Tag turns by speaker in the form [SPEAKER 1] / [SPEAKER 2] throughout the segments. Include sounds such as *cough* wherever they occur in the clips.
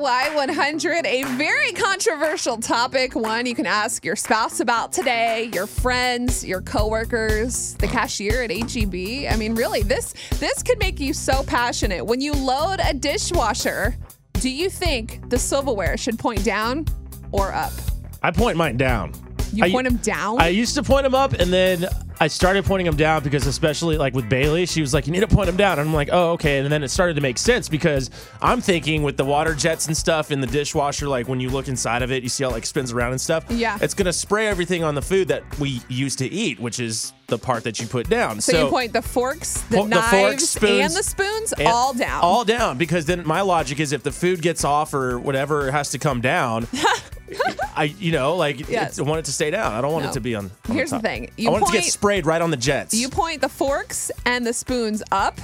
[SPEAKER 1] Y100, a very controversial topic, one you can ask your spouse about today, your friends, your coworkers, the cashier at HEB. I mean, really, this this could make you so passionate. When you load a dishwasher, do you think the silverware should point down or up?
[SPEAKER 2] I point mine down.
[SPEAKER 1] You
[SPEAKER 2] I-
[SPEAKER 1] point them down?
[SPEAKER 2] I used to point them up, and then I started pointing them down because, especially like with Bailey, she was like, "You need to point them down." And I'm like, "Oh, okay." And then it started to make sense because I'm thinking with the water jets and stuff in the dishwasher, like when you look inside of it, you see how it like spins around and stuff.
[SPEAKER 1] Yeah.
[SPEAKER 2] it's gonna spray everything on the food that we used to eat, which is the part that you put down.
[SPEAKER 1] so, you point the forks, the
[SPEAKER 2] Po- the
[SPEAKER 1] knives,
[SPEAKER 2] forks,
[SPEAKER 1] and
[SPEAKER 2] spoons,
[SPEAKER 1] the spoons
[SPEAKER 2] and-
[SPEAKER 1] all down.
[SPEAKER 2] All down because then my logic is if the food gets off or whatever has to
[SPEAKER 1] *laughs*
[SPEAKER 2] come down, I you know like
[SPEAKER 1] Yes.
[SPEAKER 2] it's, I want it to stay down. I don't want
[SPEAKER 1] No.
[SPEAKER 2] it to be on. on
[SPEAKER 1] Here's the
[SPEAKER 2] top.
[SPEAKER 1] thing. You
[SPEAKER 2] I want it to
[SPEAKER 1] point-
[SPEAKER 2] get sprayed right on the jets.
[SPEAKER 1] You point the forks and the spoons up.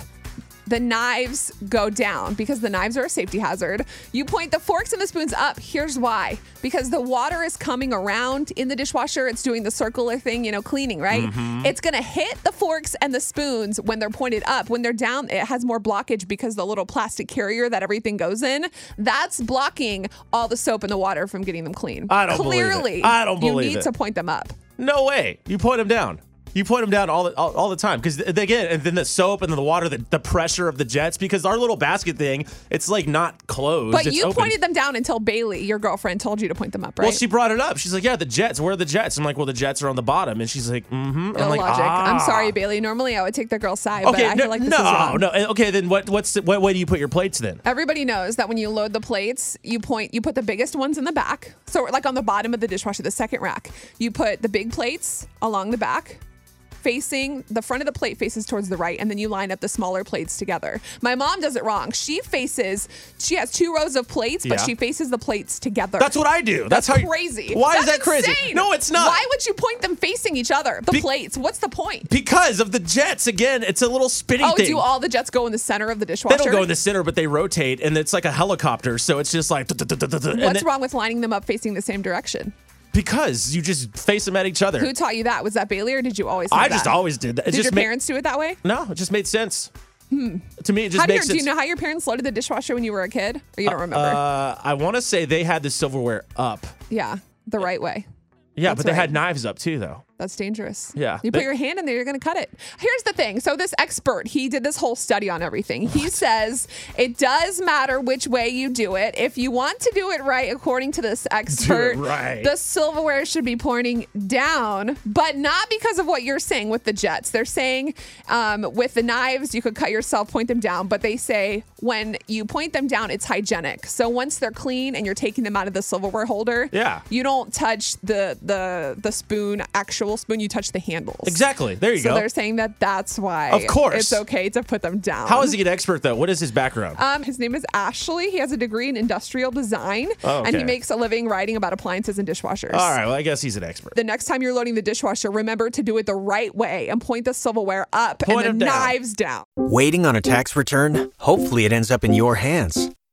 [SPEAKER 1] The knives go down because the knives are a safety hazard. You point the forks and the spoons up. Here's why because the water is coming around in the dishwasher. It's doing the circular thing, you know, cleaning, right?
[SPEAKER 2] Mm-hmm.
[SPEAKER 1] It's going to hit the forks and the spoons when they're pointed up. When they're down, it has more blockage because the little plastic carrier that everything goes in, that's blocking all the soap and the water from getting them clean.
[SPEAKER 2] I don't believe it.
[SPEAKER 1] Clearly,
[SPEAKER 2] I don't
[SPEAKER 1] You
[SPEAKER 2] believe
[SPEAKER 1] need
[SPEAKER 2] it.
[SPEAKER 1] to point them up.
[SPEAKER 2] no way. You point them down. You point them down all the, all, all the time because again, and then the soap and then the water, the, the pressure of the jets because our little basket thing, it's like not closed.
[SPEAKER 1] But
[SPEAKER 2] it's
[SPEAKER 1] you
[SPEAKER 2] open.
[SPEAKER 1] pointed them down until Bailey, your girlfriend, told you to point them up, right?
[SPEAKER 2] Well, she brought it up. She's like, "Yeah, the jets. Where are the jets?" I'm like, "Well, the jets are on the bottom." And she's like, "Mm-hmm." I'm like,
[SPEAKER 1] Illogic. I'm
[SPEAKER 2] "Ah."
[SPEAKER 1] sorry, Bailey. Normally, I would take the girl's side, but I
[SPEAKER 2] no,
[SPEAKER 1] feel like this
[SPEAKER 2] no,
[SPEAKER 1] is wrong.
[SPEAKER 2] no. Okay, then what? What's the, what way do you put your plates then?
[SPEAKER 1] Everybody knows that when you load the plates, you point you put the biggest ones in the back. So like on the bottom of the dishwasher, the second rack, you put the big plates along the back. Facing the front of the plate faces towards the right, and then you line up the smaller plates together. My mom does it wrong. She faces, she has two rows of plates, but
[SPEAKER 2] Yeah.
[SPEAKER 1] she faces the plates together.
[SPEAKER 2] That's what I do. That's, how. you-
[SPEAKER 1] crazy.
[SPEAKER 2] Why is
[SPEAKER 1] That's
[SPEAKER 2] that crazy?
[SPEAKER 1] insane.
[SPEAKER 2] No, it's not.
[SPEAKER 1] Why would you point them facing each other? The
[SPEAKER 2] Be-
[SPEAKER 1] plates. What's the point?
[SPEAKER 2] because of the jets again. It's a little spinning
[SPEAKER 1] Oh,
[SPEAKER 2] thing.
[SPEAKER 1] do all the jets go in the center of the
[SPEAKER 2] they
[SPEAKER 1] dishwasher?
[SPEAKER 2] don't go in the center, but they rotate, and it's like a helicopter. So it's just like. What's
[SPEAKER 1] What's wrong with lining them up facing the same direction?
[SPEAKER 2] Because you just face them at each other.
[SPEAKER 1] Who taught you that? Was that Bailey or did you always? Have
[SPEAKER 2] I just
[SPEAKER 1] that?
[SPEAKER 2] always did that. It
[SPEAKER 1] Did
[SPEAKER 2] just
[SPEAKER 1] your
[SPEAKER 2] ma-
[SPEAKER 1] parents do it that way?
[SPEAKER 2] No, it just made sense. To me, it just
[SPEAKER 1] How do, your,
[SPEAKER 2] makes
[SPEAKER 1] do you
[SPEAKER 2] sense.
[SPEAKER 1] know how your parents loaded the dishwasher when you were a kid? Or you don't remember?
[SPEAKER 2] uh, I want to say they had the silverware up.
[SPEAKER 1] yeah, the right way.
[SPEAKER 2] Yeah,
[SPEAKER 1] That's
[SPEAKER 2] but they
[SPEAKER 1] right.
[SPEAKER 2] had knives up too, though.
[SPEAKER 1] That's dangerous.
[SPEAKER 2] Yeah.
[SPEAKER 1] You put your hand in there, you're going to cut it. Here's the thing. So, this expert, he did this whole study on everything. He says it does matter which way you do it. If you want to do it right, according to this expert,
[SPEAKER 2] right.
[SPEAKER 1] the silverware should be pointing down, but not because of what you're saying with the jets. They're saying um, with the knives, you could cut yourself, point them down, but they say when you point them down, it's hygienic. So, once they're clean and you're taking them out of the silverware holder,
[SPEAKER 2] Yeah.
[SPEAKER 1] you don't touch the the the spoon actual spoon you touch the handles
[SPEAKER 2] Exactly. There you
[SPEAKER 1] so
[SPEAKER 2] go.
[SPEAKER 1] they're saying that that's why
[SPEAKER 2] Of course.
[SPEAKER 1] it's okay to put them down
[SPEAKER 2] How is he an expert though? What is his background?
[SPEAKER 1] um, his name is Ashley. He has a degree in industrial design,
[SPEAKER 2] Oh,
[SPEAKER 1] and he
[SPEAKER 2] okay.
[SPEAKER 1] makes a living writing about appliances and dishwashers.
[SPEAKER 2] All right. Well, I guess he's an expert.
[SPEAKER 1] The next time you're loading the dishwasher, remember to do it the right way and point the silverware up
[SPEAKER 2] Point
[SPEAKER 1] and the
[SPEAKER 2] 'em down.
[SPEAKER 1] knives down.
[SPEAKER 3] Waiting on a tax return? Hopefully, it ends up in your hands.